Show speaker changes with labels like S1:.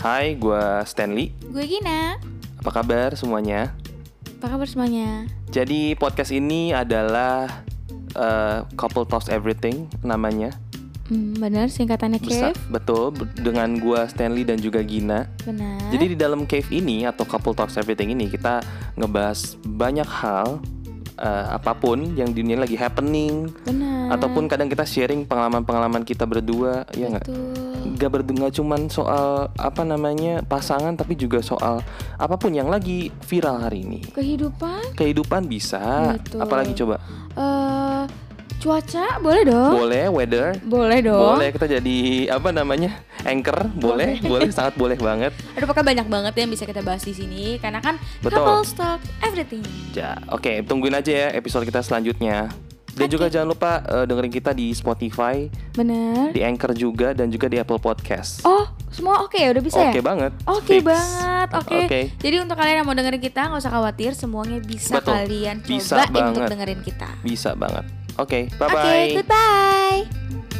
S1: Hai, gua Stanley.
S2: Gue Gina.
S1: Apa kabar semuanya?
S2: Apa kabar semuanya?
S1: Jadi podcast ini adalah eh, Couple Talks Everything namanya.
S2: Hmm, benar singkatannya
S1: Besar-
S2: Kev.
S1: betul be- dengan gua Stanley dan juga Gina.
S2: Benar.
S1: Jadi di dalam cave ini atau couple talks everything ini kita ngebahas banyak hal eh, apapun yang di dunia lagi happening
S2: benar.
S1: ataupun kadang kita sharing pengalaman-pengalaman kita berdua ya nggak?
S2: Betul.
S1: Gak berdua cuman soal apa namanya pasangan tapi juga soal apapun yang lagi viral hari ini.
S2: Kehidupan
S1: Kehidupan bisa,
S2: Betul.
S1: apalagi coba
S2: eh cuaca boleh dong.
S1: boleh weather.
S2: boleh Oh. dong.
S1: Boleh kita jadi apa namanya anchor boleh boleh sangat boleh banget
S2: Aduh, pokoknya banyak banget yang bisa kita bahas di sini karena kan
S1: Betul.
S2: couple talk everything.
S1: Ja, oke tungguin aja ya episode kita selanjutnya. Dan
S2: Oke.
S1: juga jangan lupa eh, dengerin kita di Spotify,
S2: Benar.
S1: di Anchor juga dan juga di Apple Podcast.
S2: Oh, semua oke ya udah bisa
S1: Oke
S2: ya?
S1: banget. Fix.
S2: Oke banget, oke.
S1: Oke.
S2: Jadi untuk kalian yang mau dengerin kita nggak usah khawatir, semuanya bisa
S1: Betul.
S2: kalian
S1: Bisa
S2: coba untuk
S1: banget.
S2: dengerin kita.
S1: Bisa banget. Oke,
S2: Oke,
S1: bye bye.
S2: goodbye.